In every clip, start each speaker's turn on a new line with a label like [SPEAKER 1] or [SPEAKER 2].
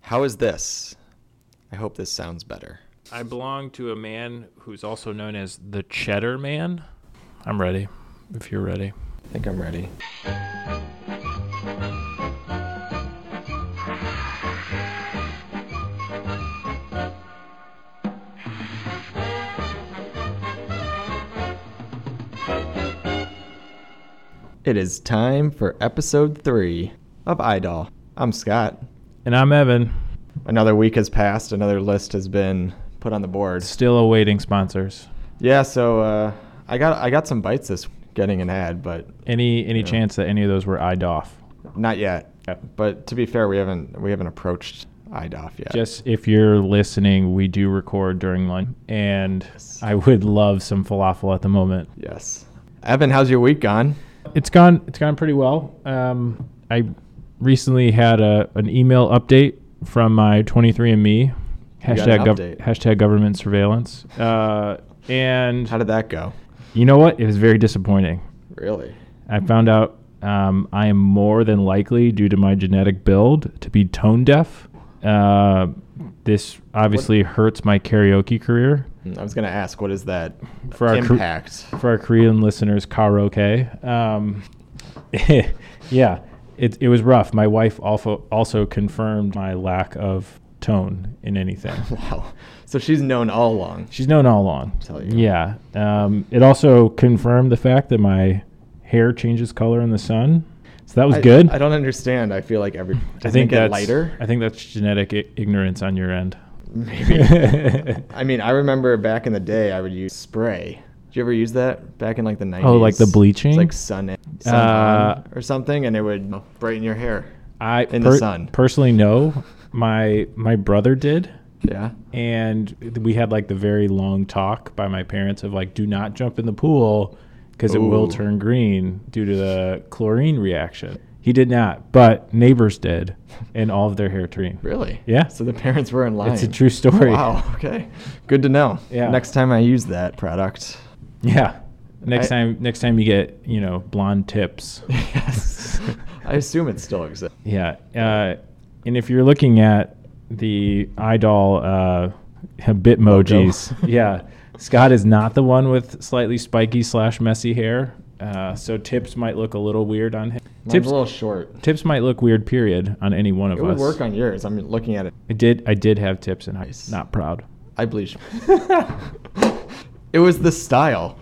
[SPEAKER 1] How is this? I hope this sounds better.
[SPEAKER 2] I belong to a man who's also known as the Cheddar Man. I'm ready. If you're ready.
[SPEAKER 1] I think I'm ready. It is time for episode three of Idol. I'm Scott.
[SPEAKER 2] And I'm Evan.
[SPEAKER 1] Another week has passed. Another list has been put on the board.
[SPEAKER 2] Still awaiting sponsors.
[SPEAKER 1] Yeah, so uh, I got I got some bites this getting an ad, but
[SPEAKER 2] Any any
[SPEAKER 1] Yeah.
[SPEAKER 2] chance that any of those were eyed off?
[SPEAKER 1] not yet.
[SPEAKER 2] Yep.
[SPEAKER 1] But to be fair, we haven't we haven't approached IDOF yet.
[SPEAKER 2] Just if you're listening, we do record during lunch, and
[SPEAKER 1] Yes.
[SPEAKER 2] I would love some falafel at the moment.
[SPEAKER 1] yes. Evan, how's your week gone?
[SPEAKER 2] It's gone. It's gone pretty well. Um, I recently had a an email update from my 23andMe
[SPEAKER 1] got
[SPEAKER 2] hashtag
[SPEAKER 1] an
[SPEAKER 2] gov-
[SPEAKER 1] update.
[SPEAKER 2] hashtag government surveillance, uh, and
[SPEAKER 1] How did that go?
[SPEAKER 2] you know what? It was very disappointing.
[SPEAKER 1] Really?
[SPEAKER 2] I found out um, I am more than likely, due to my genetic build, to be tone deaf. Uh, this obviously hurts my karaoke career.
[SPEAKER 1] I was gonna ask, what is that
[SPEAKER 2] For our cr-
[SPEAKER 1] impact?
[SPEAKER 2] for our Korean listeners, karaoke. Um, yeah, it, it was rough. My wife also also confirmed my lack of tone in anything.
[SPEAKER 1] wow. So she's known all along.
[SPEAKER 2] She's known all along.
[SPEAKER 1] Tell you.
[SPEAKER 2] Yeah. Um, it also confirmed the fact that my hair changes color in the sun. So that was
[SPEAKER 1] I-
[SPEAKER 2] good.
[SPEAKER 1] I don't understand. I feel like every does
[SPEAKER 2] I think
[SPEAKER 1] it get
[SPEAKER 2] that's
[SPEAKER 1] lighter.
[SPEAKER 2] I think that's genetic I- ignorance on your end.
[SPEAKER 1] Maybe. I mean, I remember back in the day, I would use spray. Did you ever use that back in like the 90s?
[SPEAKER 2] Oh, like the
[SPEAKER 1] It's
[SPEAKER 2] bleaching?
[SPEAKER 1] like sun, sun
[SPEAKER 2] Uh,
[SPEAKER 1] or something, and it would brighten your hair.
[SPEAKER 2] I
[SPEAKER 1] In the sun.
[SPEAKER 2] personally no. My my brother did.
[SPEAKER 1] Yeah.
[SPEAKER 2] and we had like the very long talk by my parents of like do not jump in the pool because it will
[SPEAKER 1] Ooh.
[SPEAKER 2] turn green due to the chlorine reaction he did not but neighbors did and all of their hair turned
[SPEAKER 1] Really?
[SPEAKER 2] Yeah.
[SPEAKER 1] So the parents were in line.
[SPEAKER 2] it's a true story
[SPEAKER 1] Wow. Okay. Good to know.
[SPEAKER 2] Yeah.
[SPEAKER 1] Next time I use that product.
[SPEAKER 2] yeah next
[SPEAKER 1] I-
[SPEAKER 2] time next time you get you know blonde tips
[SPEAKER 1] yes. I assume it still exists.
[SPEAKER 2] yeah uh, and if you're looking at the idol uh bitmojis
[SPEAKER 1] Logo.
[SPEAKER 2] yeah scott is not the one with slightly spiky slash messy hair uh, so tips might look a little weird on him
[SPEAKER 1] Mine's
[SPEAKER 2] tips
[SPEAKER 1] a little short.
[SPEAKER 2] tips might look weird period on any one of
[SPEAKER 1] It would
[SPEAKER 2] us
[SPEAKER 1] work on yours. I'm looking at it.
[SPEAKER 2] i did i did have tips and i'm
[SPEAKER 1] Nice.
[SPEAKER 2] not proud
[SPEAKER 1] I bleached. it was the style.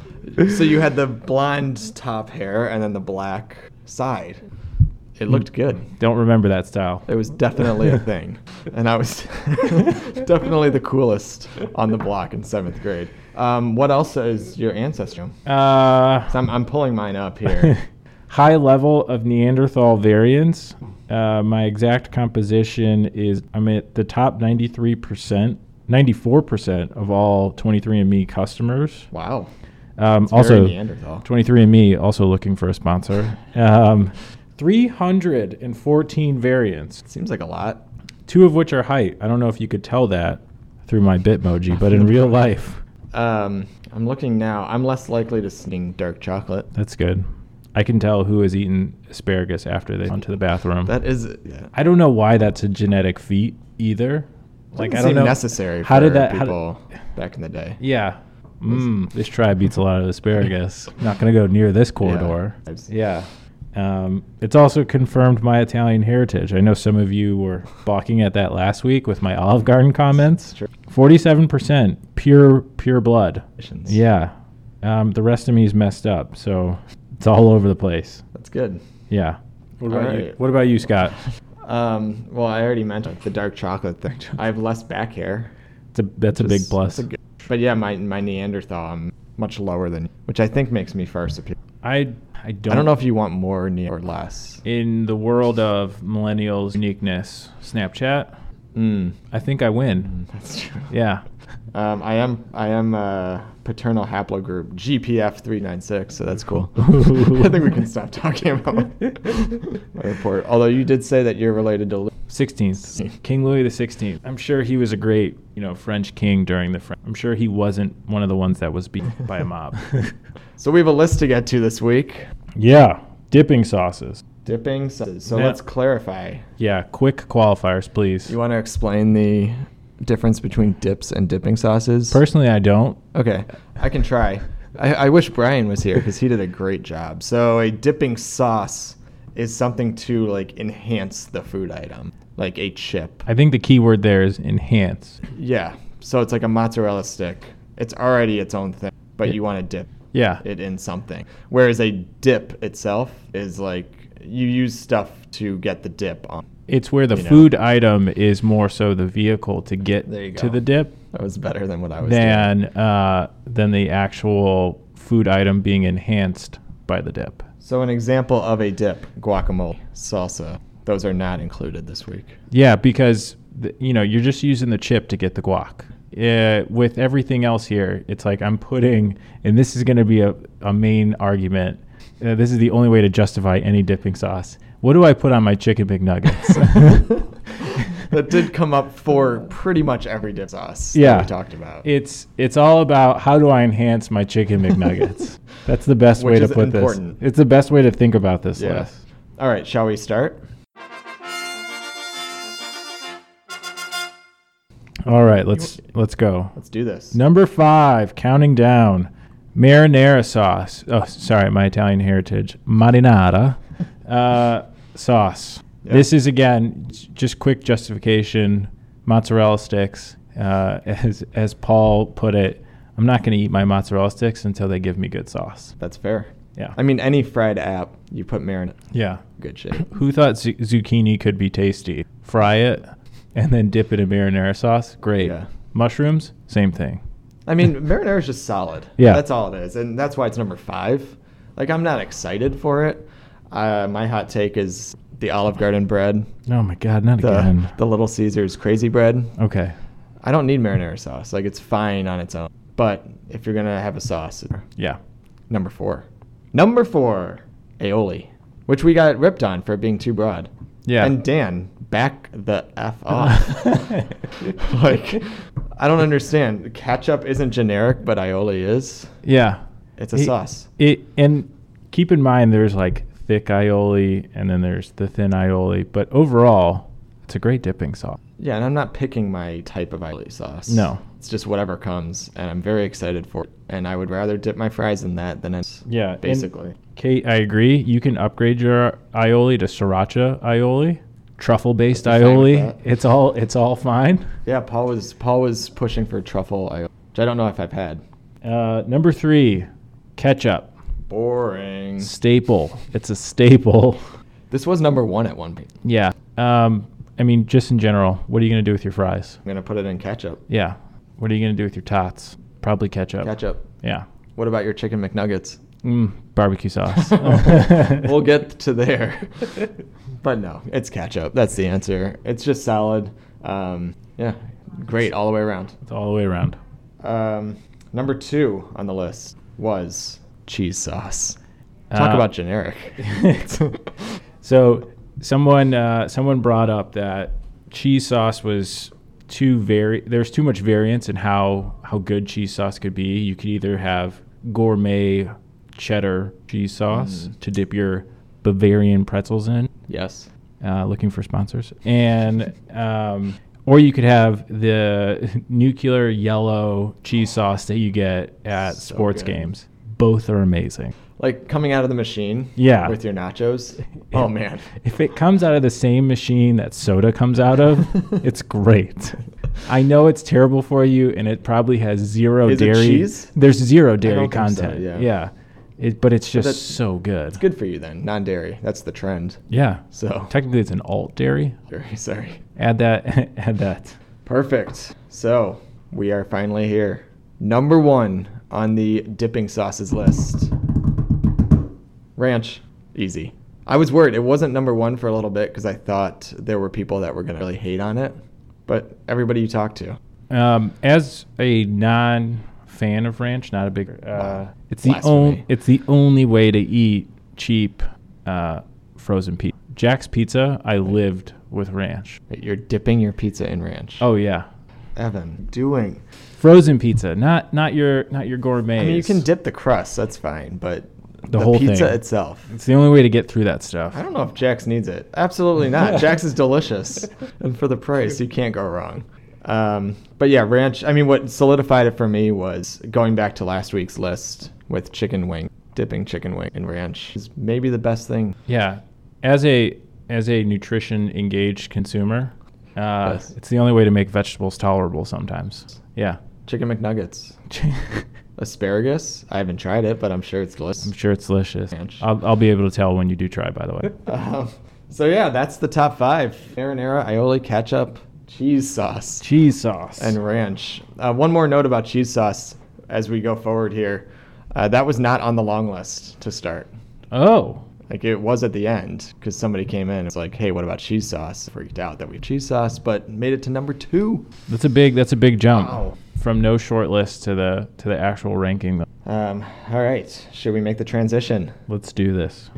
[SPEAKER 1] So you had the blonde top hair and then the black side. It looked good.
[SPEAKER 2] don't remember that style
[SPEAKER 1] It was definitely a thing. And I was definitely the coolest on the block in seventh grade. Um, what else is your ancestry?
[SPEAKER 2] uh,
[SPEAKER 1] So I'm, I'm pulling mine up here.
[SPEAKER 2] high level of Neanderthal variance. Uh, my exact composition is I'm at the top 93%, 94% of all 23andMe customers.
[SPEAKER 1] Wow.
[SPEAKER 2] Um,
[SPEAKER 1] Very
[SPEAKER 2] also,
[SPEAKER 1] Neanderthal.
[SPEAKER 2] 23andMe also looking for a sponsor. Um, 314 variants,
[SPEAKER 1] Seems like a lot.
[SPEAKER 2] two of which are height. I don't know if you could tell that through my Bitmoji, but in real life,
[SPEAKER 1] Um, I'm looking now. I'm less likely to sing dark chocolate.
[SPEAKER 2] that's good. I can tell who has eaten asparagus after they went to the bathroom.
[SPEAKER 1] That is yeah.
[SPEAKER 2] I don't know why that's a genetic feat either. Like
[SPEAKER 1] Didn't
[SPEAKER 2] I don't
[SPEAKER 1] seem
[SPEAKER 2] know
[SPEAKER 1] necessary.
[SPEAKER 2] How
[SPEAKER 1] for
[SPEAKER 2] did that? how did-
[SPEAKER 1] people back in the day?
[SPEAKER 2] yeah. Mm, this tribe eats a lot of asparagus. Not gonna go near this corridor.
[SPEAKER 1] I've seen-
[SPEAKER 2] Yeah. Um, it's also confirmed my Italian heritage. I know some of you were balking at that last week with my Olive Garden comments.
[SPEAKER 1] Sure.
[SPEAKER 2] Forty-seven percent pure pure blood.
[SPEAKER 1] Nations.
[SPEAKER 2] Yeah. Um, the rest of me is messed up, so it's all over the place.
[SPEAKER 1] that's good.
[SPEAKER 2] Yeah. What
[SPEAKER 1] All
[SPEAKER 2] about you?
[SPEAKER 1] right.
[SPEAKER 2] What about you, Scott?
[SPEAKER 1] Um, well, I already mentioned the dark chocolate thing. I have less back hair.
[SPEAKER 2] It's a, that's a big
[SPEAKER 1] Just-
[SPEAKER 2] plus.
[SPEAKER 1] that's a good- but yeah, my my Neanderthal, I'm much lower than, which I think makes me far superior.
[SPEAKER 2] I I don't,
[SPEAKER 1] I don't know if you want more ne- or less.
[SPEAKER 2] in the world of millennials uniqueness Snapchat.
[SPEAKER 1] Mm.
[SPEAKER 2] I think I win.
[SPEAKER 1] Hmm, That's true.
[SPEAKER 2] Yeah.
[SPEAKER 1] Um, I am I am uh, paternal haplogroup GPF three nine six, so that's cool. I think we can stop talking about my report. Although you did say that you're related to. Lu-
[SPEAKER 2] 16th King Louis the 16th. I'm sure he was a great, you know, French king during the French. I'm sure he wasn't one of the ones that was beaten by a mob.
[SPEAKER 1] So we have a list to get to this week.
[SPEAKER 2] yeah, dipping sauces.
[SPEAKER 1] dipping. So, so
[SPEAKER 2] Yeah.
[SPEAKER 1] let's clarify.
[SPEAKER 2] Yeah, quick qualifiers, please.
[SPEAKER 1] You want to explain the difference between dips and dipping sauces?
[SPEAKER 2] Personally, I don't.
[SPEAKER 1] Okay, I can try. I, I wish Brian was here because he did a great job. So a dipping sauce is something to like enhance the food item, like a chip.
[SPEAKER 2] I think the key word there is enhance.
[SPEAKER 1] Yeah. So it's like a mozzarella stick. It's already its own thing, but you want to dip
[SPEAKER 2] Yeah.
[SPEAKER 1] it in something. Whereas a dip itself is like you use stuff to get the dip on.
[SPEAKER 2] It's where the
[SPEAKER 1] You know.
[SPEAKER 2] food item is more so the vehicle to get
[SPEAKER 1] There you
[SPEAKER 2] to
[SPEAKER 1] go.
[SPEAKER 2] the dip
[SPEAKER 1] That was better than what I was doing.
[SPEAKER 2] than uh, than the actual food item being enhanced by the dip.
[SPEAKER 1] So an example of a dip, guacamole, salsa. Those are not included this week.
[SPEAKER 2] Yeah, because th- you know you're just using the chip to get the guac. Uh, with everything else here, it's like I'm putting, and this is going to be a, a main argument. Uh, this is the only way to justify any dipping sauce. What do I put on my chicken McNuggets?
[SPEAKER 1] that did come up for pretty much every dip sauce
[SPEAKER 2] Yeah.
[SPEAKER 1] that we talked about.
[SPEAKER 2] It's it's all about how do I enhance my chicken McNuggets. That's the best way
[SPEAKER 1] Which
[SPEAKER 2] to
[SPEAKER 1] is
[SPEAKER 2] put
[SPEAKER 1] important.
[SPEAKER 2] this. It's the best way to think about this
[SPEAKER 1] Yeah.
[SPEAKER 2] list.
[SPEAKER 1] All right, shall we start?
[SPEAKER 2] All right, let's let's go.
[SPEAKER 1] Let's do this.
[SPEAKER 2] Number five, counting down, marinara sauce. Oh, sorry, my Italian heritage. Marinara uh, sauce.
[SPEAKER 1] Yeah.
[SPEAKER 2] This is again j- just quick justification. Mozzarella sticks, uh, as as Paul put it. I'm not going to eat my mozzarella sticks until they give me good sauce.
[SPEAKER 1] That's fair.
[SPEAKER 2] Yeah.
[SPEAKER 1] I mean, any fried app, you put marinara,
[SPEAKER 2] yeah.
[SPEAKER 1] good shit.
[SPEAKER 2] Who thought zu- zucchini could be tasty? Fry it and then dip it in marinara sauce. Great.
[SPEAKER 1] Yeah.
[SPEAKER 2] Mushrooms, same thing.
[SPEAKER 1] I mean, marinara is just solid.
[SPEAKER 2] Yeah.
[SPEAKER 1] that's all it is, and that's why it's number five. Like, I'm not excited for it. Uh, my hot take is the Olive Garden bread,
[SPEAKER 2] Oh my God, not
[SPEAKER 1] the,
[SPEAKER 2] again.
[SPEAKER 1] the Little Caesars crazy bread.
[SPEAKER 2] okay.
[SPEAKER 1] I don't need marinara sauce. Like, it's fine on its own. But if you're gonna have a sauce,
[SPEAKER 2] Yeah.
[SPEAKER 1] number four, number four, aioli, which we got ripped on for being too broad.
[SPEAKER 2] Yeah.
[SPEAKER 1] And Dan, back the F off. like, I don't understand. Ketchup isn't generic, but aioli is.
[SPEAKER 2] yeah.
[SPEAKER 1] It's a
[SPEAKER 2] It-
[SPEAKER 1] sauce.
[SPEAKER 2] It and keep in mind there's like thick aioli and then there's the thin aioli, but overall it's a great dipping sauce.
[SPEAKER 1] Yeah, and I'm not picking my type of aioli sauce.
[SPEAKER 2] No.
[SPEAKER 1] It's just whatever comes, and I'm very excited for it. And I would rather dip my fries in that than in.
[SPEAKER 2] Yeah, and-
[SPEAKER 1] Basically.
[SPEAKER 2] Kate, I agree. You can upgrade your aioli to sriracha aioli, truffle based
[SPEAKER 1] I'd be fine with
[SPEAKER 2] aioli.
[SPEAKER 1] that.
[SPEAKER 2] It's all it's all fine.
[SPEAKER 1] Yeah, Paul was Paul was pushing for truffle aioli, which I don't know if I've had.
[SPEAKER 2] Uh, number three, ketchup
[SPEAKER 1] Boring.
[SPEAKER 2] staple. It's a staple.
[SPEAKER 1] This was number one at one point.
[SPEAKER 2] yeah. Um, I mean, just in general, what are you gonna do with your fries?
[SPEAKER 1] I'm gonna put it in ketchup.
[SPEAKER 2] Yeah. What are you gonna do with your tots? Probably ketchup.
[SPEAKER 1] Ketchup.
[SPEAKER 2] Yeah.
[SPEAKER 1] What about your chicken McNuggets?
[SPEAKER 2] Mm, barbecue sauce.
[SPEAKER 1] we'll get to there. But no, it's ketchup. That's the answer. It's just solid. Um, yeah, great all the way around.
[SPEAKER 2] It's all the way around.
[SPEAKER 1] Um, number two on the list was cheese sauce. Talk
[SPEAKER 2] Uh,
[SPEAKER 1] about generic.
[SPEAKER 2] So someone uh, someone brought up that cheese sauce was too very there's too much variance in how how good cheese sauce could be. You could either have gourmet cheddar cheese sauce
[SPEAKER 1] Mm.
[SPEAKER 2] to dip your Bavarian pretzels in,
[SPEAKER 1] yes.
[SPEAKER 2] uh, looking for sponsors, and um, or you could have the nuclear yellow cheese sauce that you get at
[SPEAKER 1] So
[SPEAKER 2] sports
[SPEAKER 1] good.
[SPEAKER 2] games. Both are amazing.
[SPEAKER 1] Like coming out of the machine.
[SPEAKER 2] Yeah.
[SPEAKER 1] With your nachos. Oh
[SPEAKER 2] If-
[SPEAKER 1] man.
[SPEAKER 2] If it comes out of the same machine that soda comes out of, it's great. I know it's terrible for you, and it probably has zero
[SPEAKER 1] Is it
[SPEAKER 2] dairy.
[SPEAKER 1] cheese?
[SPEAKER 2] There's zero dairy
[SPEAKER 1] don't think so,
[SPEAKER 2] content.
[SPEAKER 1] yeah.
[SPEAKER 2] yeah. It, but it's just
[SPEAKER 1] that's-
[SPEAKER 2] so good.
[SPEAKER 1] It's good for you then. Non-dairy. That's the trend.
[SPEAKER 2] Yeah.
[SPEAKER 1] So
[SPEAKER 2] Technically, it's an alt dairy.
[SPEAKER 1] sorry. Sorry.
[SPEAKER 2] Add that. add that.
[SPEAKER 1] Perfect. So we are finally here. Number one on the dipping sauces list ranch. Easy. I was worried. It wasn't number one for a little bit because I thought there were people that were going to really hate on it. But everybody you talk to,
[SPEAKER 2] Um, as a non fan of ranch, not a big. Uh,
[SPEAKER 1] Wow.
[SPEAKER 2] It's the
[SPEAKER 1] Blasphemy.
[SPEAKER 2] only. It's the only way to eat cheap, uh, frozen pizza. Jack's Pizza. I lived with ranch.
[SPEAKER 1] you're dipping your pizza in ranch.
[SPEAKER 2] Uh, Oh yeah,
[SPEAKER 1] Evan, doing.
[SPEAKER 2] frozen pizza, not not your not your gourmet.
[SPEAKER 1] I mean, you can dip the crust. That's fine. But
[SPEAKER 2] The, whole
[SPEAKER 1] pizza
[SPEAKER 2] thing.
[SPEAKER 1] itself.
[SPEAKER 2] It's the only way to get through that stuff.
[SPEAKER 1] I don't know if Jax needs it. Absolutely not. Jax is delicious, and for the price, you can't go wrong. Um, but yeah, ranch. I mean, what solidified it for me was going back to last week's list with chicken wing, dipping chicken wing in ranch is maybe the best thing.
[SPEAKER 2] Yeah, as a as a nutrition engaged consumer, uh,
[SPEAKER 1] Yes.
[SPEAKER 2] it's the only way to make vegetables tolerable. Sometimes, yeah.
[SPEAKER 1] Chicken McNuggets,
[SPEAKER 2] I'm
[SPEAKER 1] asparagus. I haven't tried it, but I'm sure it's delicious.
[SPEAKER 2] sure it's delicious.
[SPEAKER 1] Ranch.
[SPEAKER 2] I'll, I'll be able to tell when you do try. By the way,
[SPEAKER 1] Um, so yeah, that's the top five: marinara, aioli, ketchup, cheese sauce.
[SPEAKER 2] cheese sauce
[SPEAKER 1] and ranch. Uh, one more note about cheese sauce as we go forward here. Uh, that was not on the long list to start.
[SPEAKER 2] oh,
[SPEAKER 1] Like it was at the end because somebody came in and was like, "Hey, what about cheese sauce?" Freaked out that we cheese sauce, but made it to number two.
[SPEAKER 2] that's a big that's a big jump
[SPEAKER 1] Wow.
[SPEAKER 2] from no short list to the to the actual ranking.
[SPEAKER 1] Um, all right, should we make the transition?
[SPEAKER 2] Let's do this.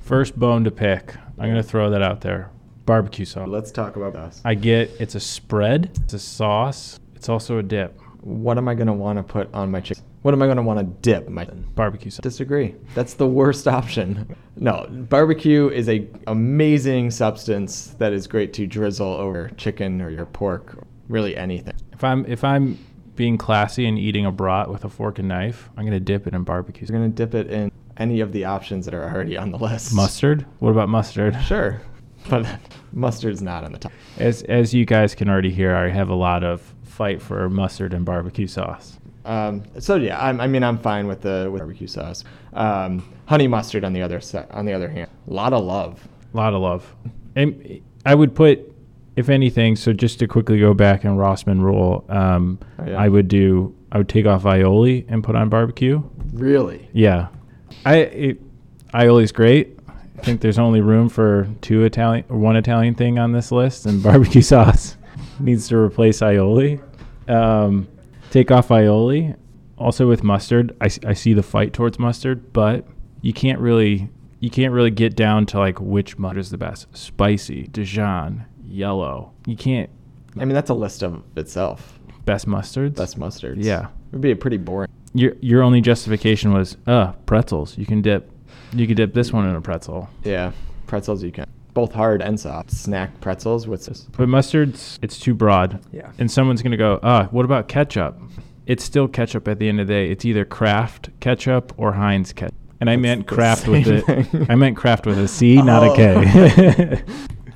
[SPEAKER 2] First bone to pick. I'm gonna throw that out there. Barbecue sauce.
[SPEAKER 1] Let's talk about us.
[SPEAKER 2] I get it's a spread, it's a sauce, it's also a dip.
[SPEAKER 1] What am I gonna want to put on my chicken? What am I gonna want to dip my?
[SPEAKER 2] Barbecue sauce.
[SPEAKER 1] Disagree. That's the worst option. No, barbecue is a amazing substance that is great to drizzle over chicken or your pork, or really anything.
[SPEAKER 2] If I'm if I'm being classy and eating a brat with a fork and knife, I'm gonna dip it in barbecue.
[SPEAKER 1] You're gonna dip it in any of the options that are already on the list.
[SPEAKER 2] Mustard? What about mustard?
[SPEAKER 1] Sure, but mustard's not on the top.
[SPEAKER 2] As as you guys can already hear, I have a lot of fight for mustard and barbecue sauce.
[SPEAKER 1] Um, so yeah, I'm, I mean I'm fine with the with barbecue sauce. Um, honey mustard on the other side. On the other hand, a lot of love.
[SPEAKER 2] A lot of love. And I would put, if anything, so just to quickly go back and Rossman rule, um,
[SPEAKER 1] Oh, yeah.
[SPEAKER 2] I would do, I would take off aioli and put on barbecue.
[SPEAKER 1] Really.
[SPEAKER 2] Yeah. I, it, aioli's great. I think there's only room for two Italian, or one Italian thing on this list, and barbecue sauce needs to replace aioli. Um, take off aioli. Also with mustard, I, s- I see the fight towards mustard, but you can't really you can't really get down to like which mustard is the best. Spicy, Dijon, yellow. You can't
[SPEAKER 1] I mean that's a list of itself.
[SPEAKER 2] best mustards.
[SPEAKER 1] Best mustards.
[SPEAKER 2] Yeah.
[SPEAKER 1] it would be a pretty boring.
[SPEAKER 2] your your only justification was uh pretzels. You can dip you can dip this one in a pretzel.
[SPEAKER 1] Yeah, pretzels you can. Both hard and soft. Snack pretzels with this.
[SPEAKER 2] But mustard's it's too broad.
[SPEAKER 1] Yeah.
[SPEAKER 2] And someone's gonna go, uh, what about ketchup? It's still ketchup at the end of the day. It's either Kraft ketchup or Heinz ketchup. And I
[SPEAKER 1] That's
[SPEAKER 2] meant
[SPEAKER 1] the
[SPEAKER 2] Kraft with
[SPEAKER 1] same
[SPEAKER 2] a,
[SPEAKER 1] thing.
[SPEAKER 2] I meant Kraft with a C, not a
[SPEAKER 1] Oh.
[SPEAKER 2] K.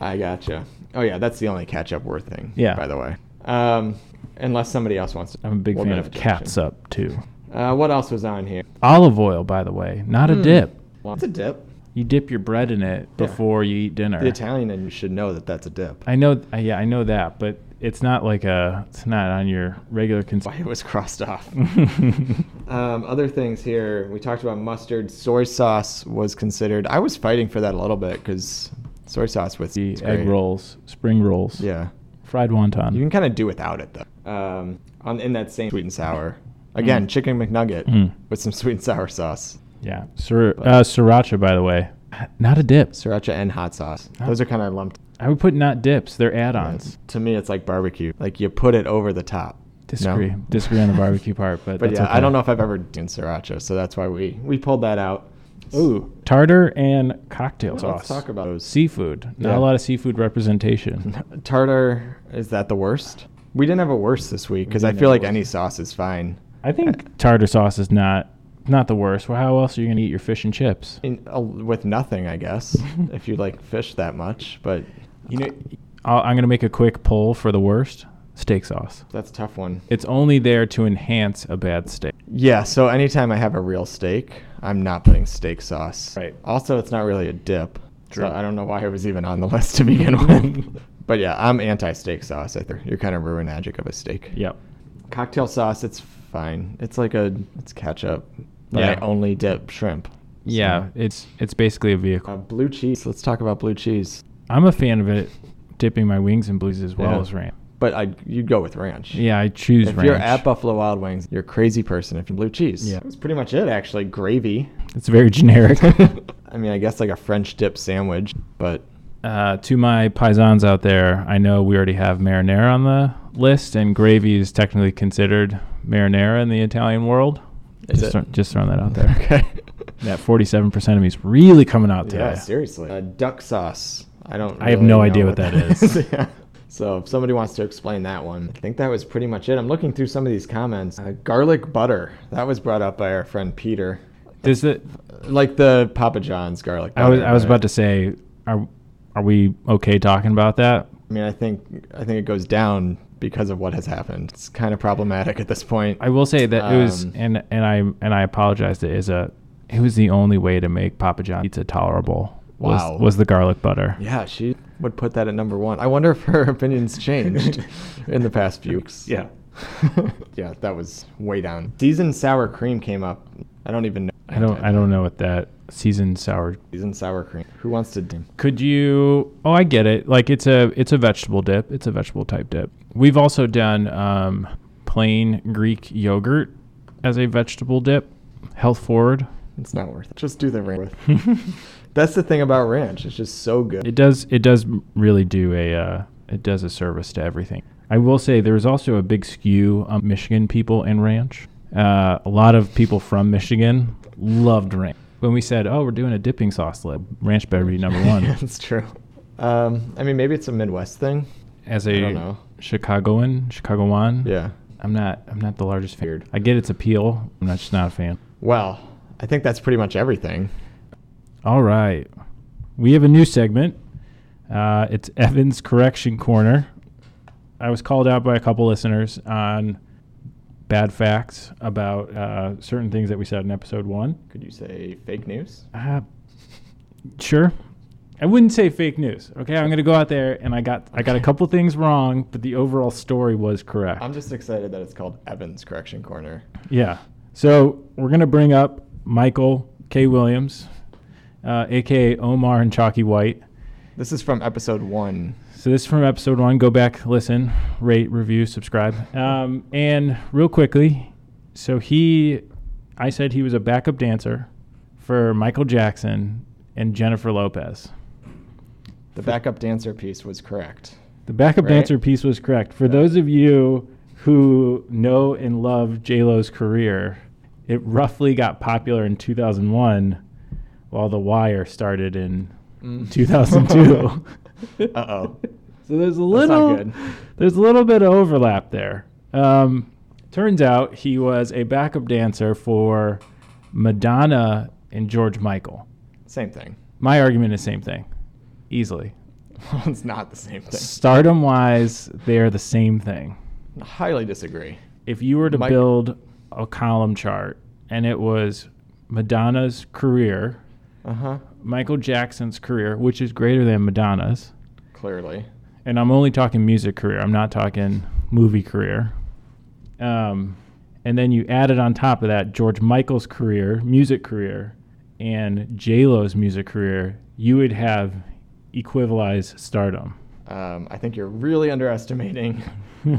[SPEAKER 1] I gotcha. Oh yeah, that's the only ketchup worth thing.
[SPEAKER 2] Yeah.
[SPEAKER 1] By the way, um, unless somebody else wants. to.
[SPEAKER 2] I'm a big
[SPEAKER 1] little bit
[SPEAKER 2] fan of
[SPEAKER 1] objection.
[SPEAKER 2] catsup too. Ah.
[SPEAKER 1] Uh, what else was on here?
[SPEAKER 2] Olive oil, by the way, not a dip.
[SPEAKER 1] It's a dip.
[SPEAKER 2] You dip your bread in it
[SPEAKER 1] Yeah.
[SPEAKER 2] before you eat dinner.
[SPEAKER 1] The Italian and you should know that that's a dip.
[SPEAKER 2] I know, uh, yeah, I know that, but it's not like a, it's not on your regular
[SPEAKER 1] Why
[SPEAKER 2] consumption.
[SPEAKER 1] it was crossed off. um, other things here. We talked about mustard. Soy sauce was considered. I was fighting for that a little bit because soy sauce with
[SPEAKER 2] the
[SPEAKER 1] it's
[SPEAKER 2] egg
[SPEAKER 1] great.
[SPEAKER 2] rolls, spring rolls,
[SPEAKER 1] Yeah.
[SPEAKER 2] fried wonton.
[SPEAKER 1] You can kind of do without it though. Um, on in that same sweet and sour. Again,
[SPEAKER 2] Mm.
[SPEAKER 1] chicken McNugget
[SPEAKER 2] Mm.
[SPEAKER 1] with some sweet and sour sauce,
[SPEAKER 2] Yeah, Sir, uh, sriracha, by the way, not a dip.
[SPEAKER 1] sriracha, and hot sauce.
[SPEAKER 2] Huh.
[SPEAKER 1] Those are kind of lumped.
[SPEAKER 2] I would put not dips; they're add-ons.
[SPEAKER 1] To me, it's like barbecue. Like you put it over the top.
[SPEAKER 2] Disagree,
[SPEAKER 1] No.
[SPEAKER 2] disagree on the barbecue part, but,
[SPEAKER 1] But
[SPEAKER 2] that's
[SPEAKER 1] yeah,
[SPEAKER 2] okay.
[SPEAKER 1] I don't know if I've ever done sriracha, so that's why we we pulled that out. Ooh,
[SPEAKER 2] tartar and cocktail
[SPEAKER 1] let's
[SPEAKER 2] sauce.
[SPEAKER 1] talk about those.
[SPEAKER 2] seafood. Not
[SPEAKER 1] Yeah.
[SPEAKER 2] a lot of seafood representation.
[SPEAKER 1] tartar is that the worst? We didn't have a worst this week because I
[SPEAKER 2] didn't
[SPEAKER 1] feel
[SPEAKER 2] have a
[SPEAKER 1] like
[SPEAKER 2] worst.
[SPEAKER 1] any sauce is fine.
[SPEAKER 2] I think tartar sauce is not not the worst. Well, how else are you gonna eat your fish and chips?
[SPEAKER 1] In, uh, with nothing, I guess, if you like fish that much. But
[SPEAKER 2] You know, I'll, I'm gonna make a quick poll for the worst steak sauce.
[SPEAKER 1] that's a tough one.
[SPEAKER 2] It's only there to enhance a bad steak.
[SPEAKER 1] Yeah, so anytime I have a real steak, I'm not putting steak sauce.
[SPEAKER 2] Right.
[SPEAKER 1] Also, it's not really a dip.
[SPEAKER 2] True.
[SPEAKER 1] So I don't know why it was even on the list to begin with. but yeah, I'm anti steak sauce. I think you're kind of ruining the magic of a steak.
[SPEAKER 2] Yep.
[SPEAKER 1] Cocktail sauce, it's fine. It's like a it's ketchup. But
[SPEAKER 2] Yeah.
[SPEAKER 1] I only dip shrimp.
[SPEAKER 2] Yeah,
[SPEAKER 1] So-
[SPEAKER 2] it's it's basically a
[SPEAKER 1] Uh,
[SPEAKER 2] vehicle.
[SPEAKER 1] blue cheese. Let's talk about blue cheese.
[SPEAKER 2] I'm a fan of it, dipping my wings in blues as well
[SPEAKER 1] Yeah.
[SPEAKER 2] as ranch.
[SPEAKER 1] But I you'd go with ranch.
[SPEAKER 2] Yeah, I choose
[SPEAKER 1] If
[SPEAKER 2] ranch.
[SPEAKER 1] you're at Buffalo Wild Wings, you're a crazy person if you blue cheese.
[SPEAKER 2] Yeah.
[SPEAKER 1] That's pretty much it actually. Gravy.
[SPEAKER 2] it's very generic.
[SPEAKER 1] I mean, I guess like a French dip sandwich, but
[SPEAKER 2] uh, to my paisans out there, I know we already have marinara on the list, and gravy is technically considered marinara in the Italian world.
[SPEAKER 1] Is
[SPEAKER 2] just,
[SPEAKER 1] it?
[SPEAKER 2] Throwing, just throwing that out there.
[SPEAKER 1] Okay.
[SPEAKER 2] That 47% of me is really coming out
[SPEAKER 1] Yeah,
[SPEAKER 2] today.
[SPEAKER 1] seriously. Uh, duck sauce. I don't.
[SPEAKER 2] I have
[SPEAKER 1] really
[SPEAKER 2] no
[SPEAKER 1] know
[SPEAKER 2] idea what that is.
[SPEAKER 1] yeah. So if somebody wants to explain that one, I think that was pretty much it. I'm looking through some of these comments. Uh, garlic butter. That was brought up by our friend Peter.
[SPEAKER 2] Does it?
[SPEAKER 1] Like the Papa John's garlic. Butter,
[SPEAKER 2] I was I was
[SPEAKER 1] right?
[SPEAKER 2] about to say, are are we okay talking about that?
[SPEAKER 1] I mean, I think I think it goes down because of what has happened. It's kind of problematic at this point.
[SPEAKER 2] I will say that it was,
[SPEAKER 1] Um,
[SPEAKER 2] and and I and I apologize. That is a, it was the only way to make Papa John pizza tolerable. Was,
[SPEAKER 1] Wow.
[SPEAKER 2] was the garlic butter?
[SPEAKER 1] yeah, she would put that at number one. I wonder if her opinions changed in the past few weeks.
[SPEAKER 2] Yeah.
[SPEAKER 1] yeah, that was way down. Seasoned sour cream came up. I don't even know.
[SPEAKER 2] I don't I don't know what that seasoned sour.
[SPEAKER 1] Seasoned sour cream. Who wants to? do?
[SPEAKER 2] Could you? Oh, I get it. Like it's a it's a vegetable dip. It's a vegetable type dip. We've also done um, plain Greek yogurt as a vegetable dip, health forward.
[SPEAKER 1] It's not worth it. Just do the ranch. That's the thing about ranch. It's just so good.
[SPEAKER 2] It does. It does really do a. Uh, it does a service to everything. I will say there is also a big skew on Michigan people and ranch. Uh, a lot of people from Michigan loved ranch. When we said, "Oh, we're doing a dipping sauce lib," ranch better be number one.
[SPEAKER 1] That's true. Um, I mean, maybe it's a Midwest thing.
[SPEAKER 2] As
[SPEAKER 1] I don't know.
[SPEAKER 2] a Chicagoan, Chicagoan,
[SPEAKER 1] Yeah.
[SPEAKER 2] I'm not. I'm not the largest fan.
[SPEAKER 1] Weird.
[SPEAKER 2] I get its appeal. I'm not, just not a fan.
[SPEAKER 1] Well, I think that's pretty much everything.
[SPEAKER 2] All right, we have a new segment. Uh, it's Evan's Correction Corner. I was called out by a couple listeners on bad facts about uh, certain things that we said in episode one.
[SPEAKER 1] Could you say fake news?
[SPEAKER 2] Uh, sure, I wouldn't say fake news. Okay, I'm gonna go out there and I got I got a couple things wrong, but the overall story was correct.
[SPEAKER 1] I'm just excited that it's called Evans Correction Corner.
[SPEAKER 2] Yeah. So we're going to bring up Michael K. Williams, uh, aka Omar and Chalky White.
[SPEAKER 1] This is from episode one.
[SPEAKER 2] So this is from episode one. Go back, listen, rate, review, subscribe. Um, and real quickly, so he, I said he was a backup dancer for Michael Jackson and Jennifer Lopez.
[SPEAKER 1] The backup dancer piece was correct.
[SPEAKER 2] The backup
[SPEAKER 1] Right.
[SPEAKER 2] dancer piece was correct. For those of you who know and love J Lo's career, it roughly got popular in 2001, while The Wire started in
[SPEAKER 1] Mm.
[SPEAKER 2] 2002.
[SPEAKER 1] Uh-oh.
[SPEAKER 2] So
[SPEAKER 1] That's
[SPEAKER 2] there's a
[SPEAKER 1] not
[SPEAKER 2] little
[SPEAKER 1] good.
[SPEAKER 2] there's a little bit of overlap there. Um, turns out he was a backup dancer for Madonna and George Michael.
[SPEAKER 1] Same thing.
[SPEAKER 2] My argument is same thing, easily.
[SPEAKER 1] it's not the same thing.
[SPEAKER 2] Stardom wise, they are the same thing.
[SPEAKER 1] Highly disagree.
[SPEAKER 2] If you were to
[SPEAKER 1] Mike-
[SPEAKER 2] build a column chart and it was Madonna's career,
[SPEAKER 1] Uh huh.
[SPEAKER 2] Michael Jackson's career, which is greater than Madonna's,
[SPEAKER 1] Clearly.
[SPEAKER 2] and I'm only talking music career, I'm not talking movie career. Um, and then you added on top of that George Michael's career, music career, and J Lo's music career, you would have equivalized stardom.
[SPEAKER 1] Um, I think you're really underestimating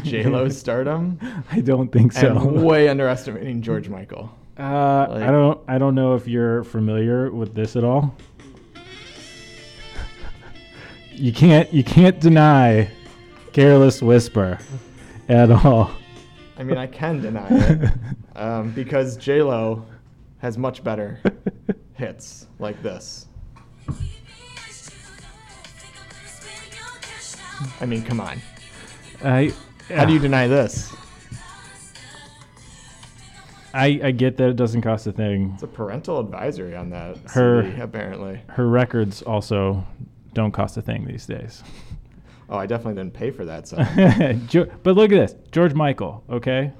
[SPEAKER 1] J Lo's stardom
[SPEAKER 2] I don't think so.
[SPEAKER 1] and way underestimating George Michael.
[SPEAKER 2] Uh,
[SPEAKER 1] Like-
[SPEAKER 2] I don't. I don't know if you're familiar with this at all. you can't. You can't deny careless whisper at all.
[SPEAKER 1] I mean, I can deny it um, because J Lo has much better hits like this. I mean, come on.
[SPEAKER 2] I.
[SPEAKER 1] How do you deny this?
[SPEAKER 2] I, I get that it doesn't cost a thing.
[SPEAKER 1] It's a parental advisory on that.
[SPEAKER 2] Her-
[SPEAKER 1] CD, apparently.
[SPEAKER 2] Her records also don't cost a thing these days.
[SPEAKER 1] Oh, I definitely didn't pay for that. So
[SPEAKER 2] Jo- but look at this, George Michael. Okay,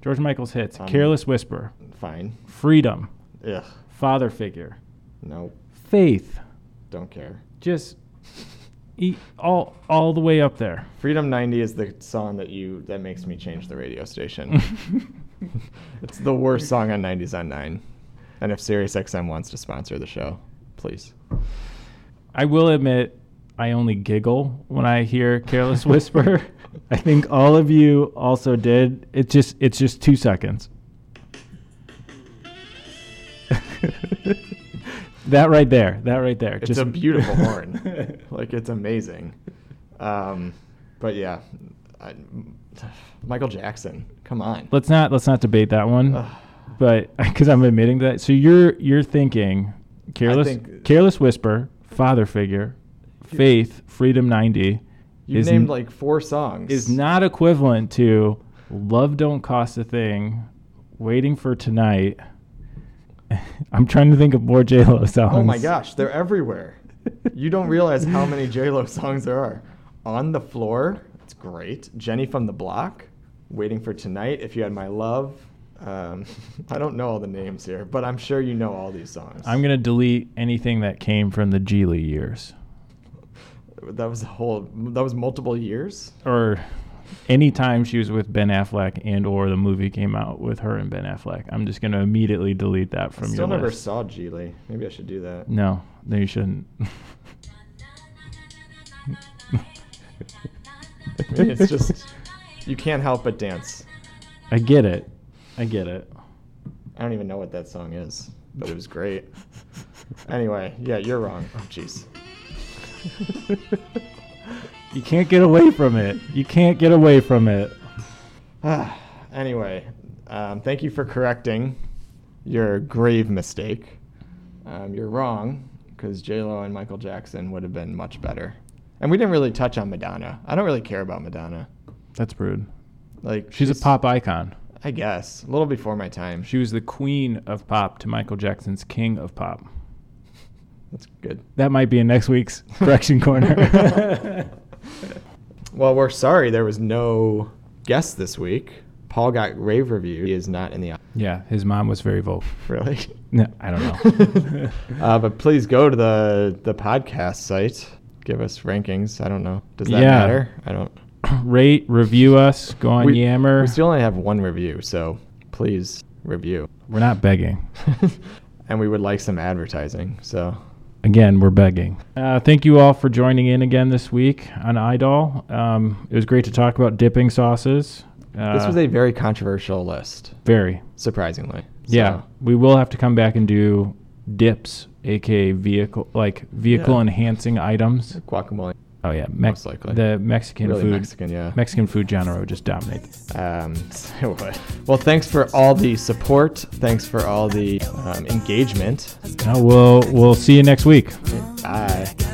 [SPEAKER 2] George Michael's hits:
[SPEAKER 1] Um,
[SPEAKER 2] "Careless Whisper,"
[SPEAKER 1] fine.
[SPEAKER 2] "Freedom,"
[SPEAKER 1] Ugh.
[SPEAKER 2] "Father Figure,"
[SPEAKER 1] No,
[SPEAKER 2] "Faith."
[SPEAKER 1] don't care.
[SPEAKER 2] just eat all all the way up there.
[SPEAKER 1] Freedom 90 is the song that you that makes me change the radio station. it's the worst song on 90s on 9. And if SiriusXM wants to sponsor the show, please.
[SPEAKER 2] I will admit, I only giggle when I hear "Careless Whisper." I think all of you also did. It's just it's just two seconds. that right there. That right there.
[SPEAKER 1] It's a beautiful horn. Like it's amazing. Um, but yeah, I, Michael Jackson. Come on.
[SPEAKER 2] Let's not let's not debate that one,
[SPEAKER 1] Ugh.
[SPEAKER 2] but because I'm admitting that. So you're you're thinking careless
[SPEAKER 1] think-
[SPEAKER 2] careless whisper, father figure, faith, freedom ninety
[SPEAKER 1] You
[SPEAKER 2] is
[SPEAKER 1] named
[SPEAKER 2] n-
[SPEAKER 1] like four songs.
[SPEAKER 2] is not equivalent to love don't cost a thing, waiting for tonight. I'm trying to think of more J Lo songs.
[SPEAKER 1] Oh my gosh, they're everywhere. You don't realize how many J Lo songs there are. On the floor, it's great. Jenny from the Block, Waiting for Tonight. If you had my love, um, I don't know all the names here, but I'm sure you know all these songs.
[SPEAKER 2] I'm gonna delete anything that came from the Geely years
[SPEAKER 1] That was a whole. That was multiple years.
[SPEAKER 2] or any time she was with Ben Affleck and or the movie came out with her and Ben Affleck. I'm just gonna immediately delete that from
[SPEAKER 1] I
[SPEAKER 2] your
[SPEAKER 1] still never
[SPEAKER 2] list.
[SPEAKER 1] saw Geely. Maybe I should do that.
[SPEAKER 2] No, no, you shouldn't.
[SPEAKER 1] I mean, it's just you can't help but dance.
[SPEAKER 2] I get it. I get it.
[SPEAKER 1] I don't even know what that song is, but it was great. Anyway, yeah, you're wrong. Oh, jeez.
[SPEAKER 2] You can't get away from it. You can't get away from it.
[SPEAKER 1] Ah, anyway, um, thank you for correcting your grave mistake. Um, you're wrong because J Lo and Michael Jackson would have been much better. And we didn't really touch on Madonna. I don't really care about Madonna.
[SPEAKER 2] That's rude.
[SPEAKER 1] Like
[SPEAKER 2] She's a pop icon.
[SPEAKER 1] I guess a little before my time.
[SPEAKER 2] She was the queen of pop to Michael Jackson's king of pop.
[SPEAKER 1] That's good.
[SPEAKER 2] That might be in next week's correction corner.
[SPEAKER 1] Well, we're sorry there was no guest this week. Paul got rave reviewed. He is not in the
[SPEAKER 2] yeah, his mom was very vocal.
[SPEAKER 1] really.
[SPEAKER 2] No, I don't know.
[SPEAKER 1] uh, but please go to the the podcast site. Give us rankings. I don't know. Does that
[SPEAKER 2] Yeah.
[SPEAKER 1] matter? I don't.
[SPEAKER 2] Rate, review us, go on
[SPEAKER 1] we,
[SPEAKER 2] Yammer.
[SPEAKER 1] we still only have one review, so please review.
[SPEAKER 2] we're not begging.
[SPEAKER 1] and we would like some advertising. So
[SPEAKER 2] Again, we're begging. Uh, thank you all for joining in again this week on IDOL. Um, it was great to talk about dipping sauces. Uh,
[SPEAKER 1] this was a very controversial list,
[SPEAKER 2] very
[SPEAKER 1] surprisingly.
[SPEAKER 2] Yeah,
[SPEAKER 1] So,
[SPEAKER 2] we will have to come back and do dips, aka vehicle like vehicle
[SPEAKER 1] Yeah.
[SPEAKER 2] enhancing items.
[SPEAKER 1] guacamole,
[SPEAKER 2] Oh yeah, Mex-
[SPEAKER 1] most likely.
[SPEAKER 2] the Mexican
[SPEAKER 1] really
[SPEAKER 2] food
[SPEAKER 1] Mexican, yeah.
[SPEAKER 2] Mexican food genre would just dominate.
[SPEAKER 1] Um, so what? well, thanks for all the support. Thanks for all the um, engagement.
[SPEAKER 2] Now we'll we'll see you next week.
[SPEAKER 1] Bye.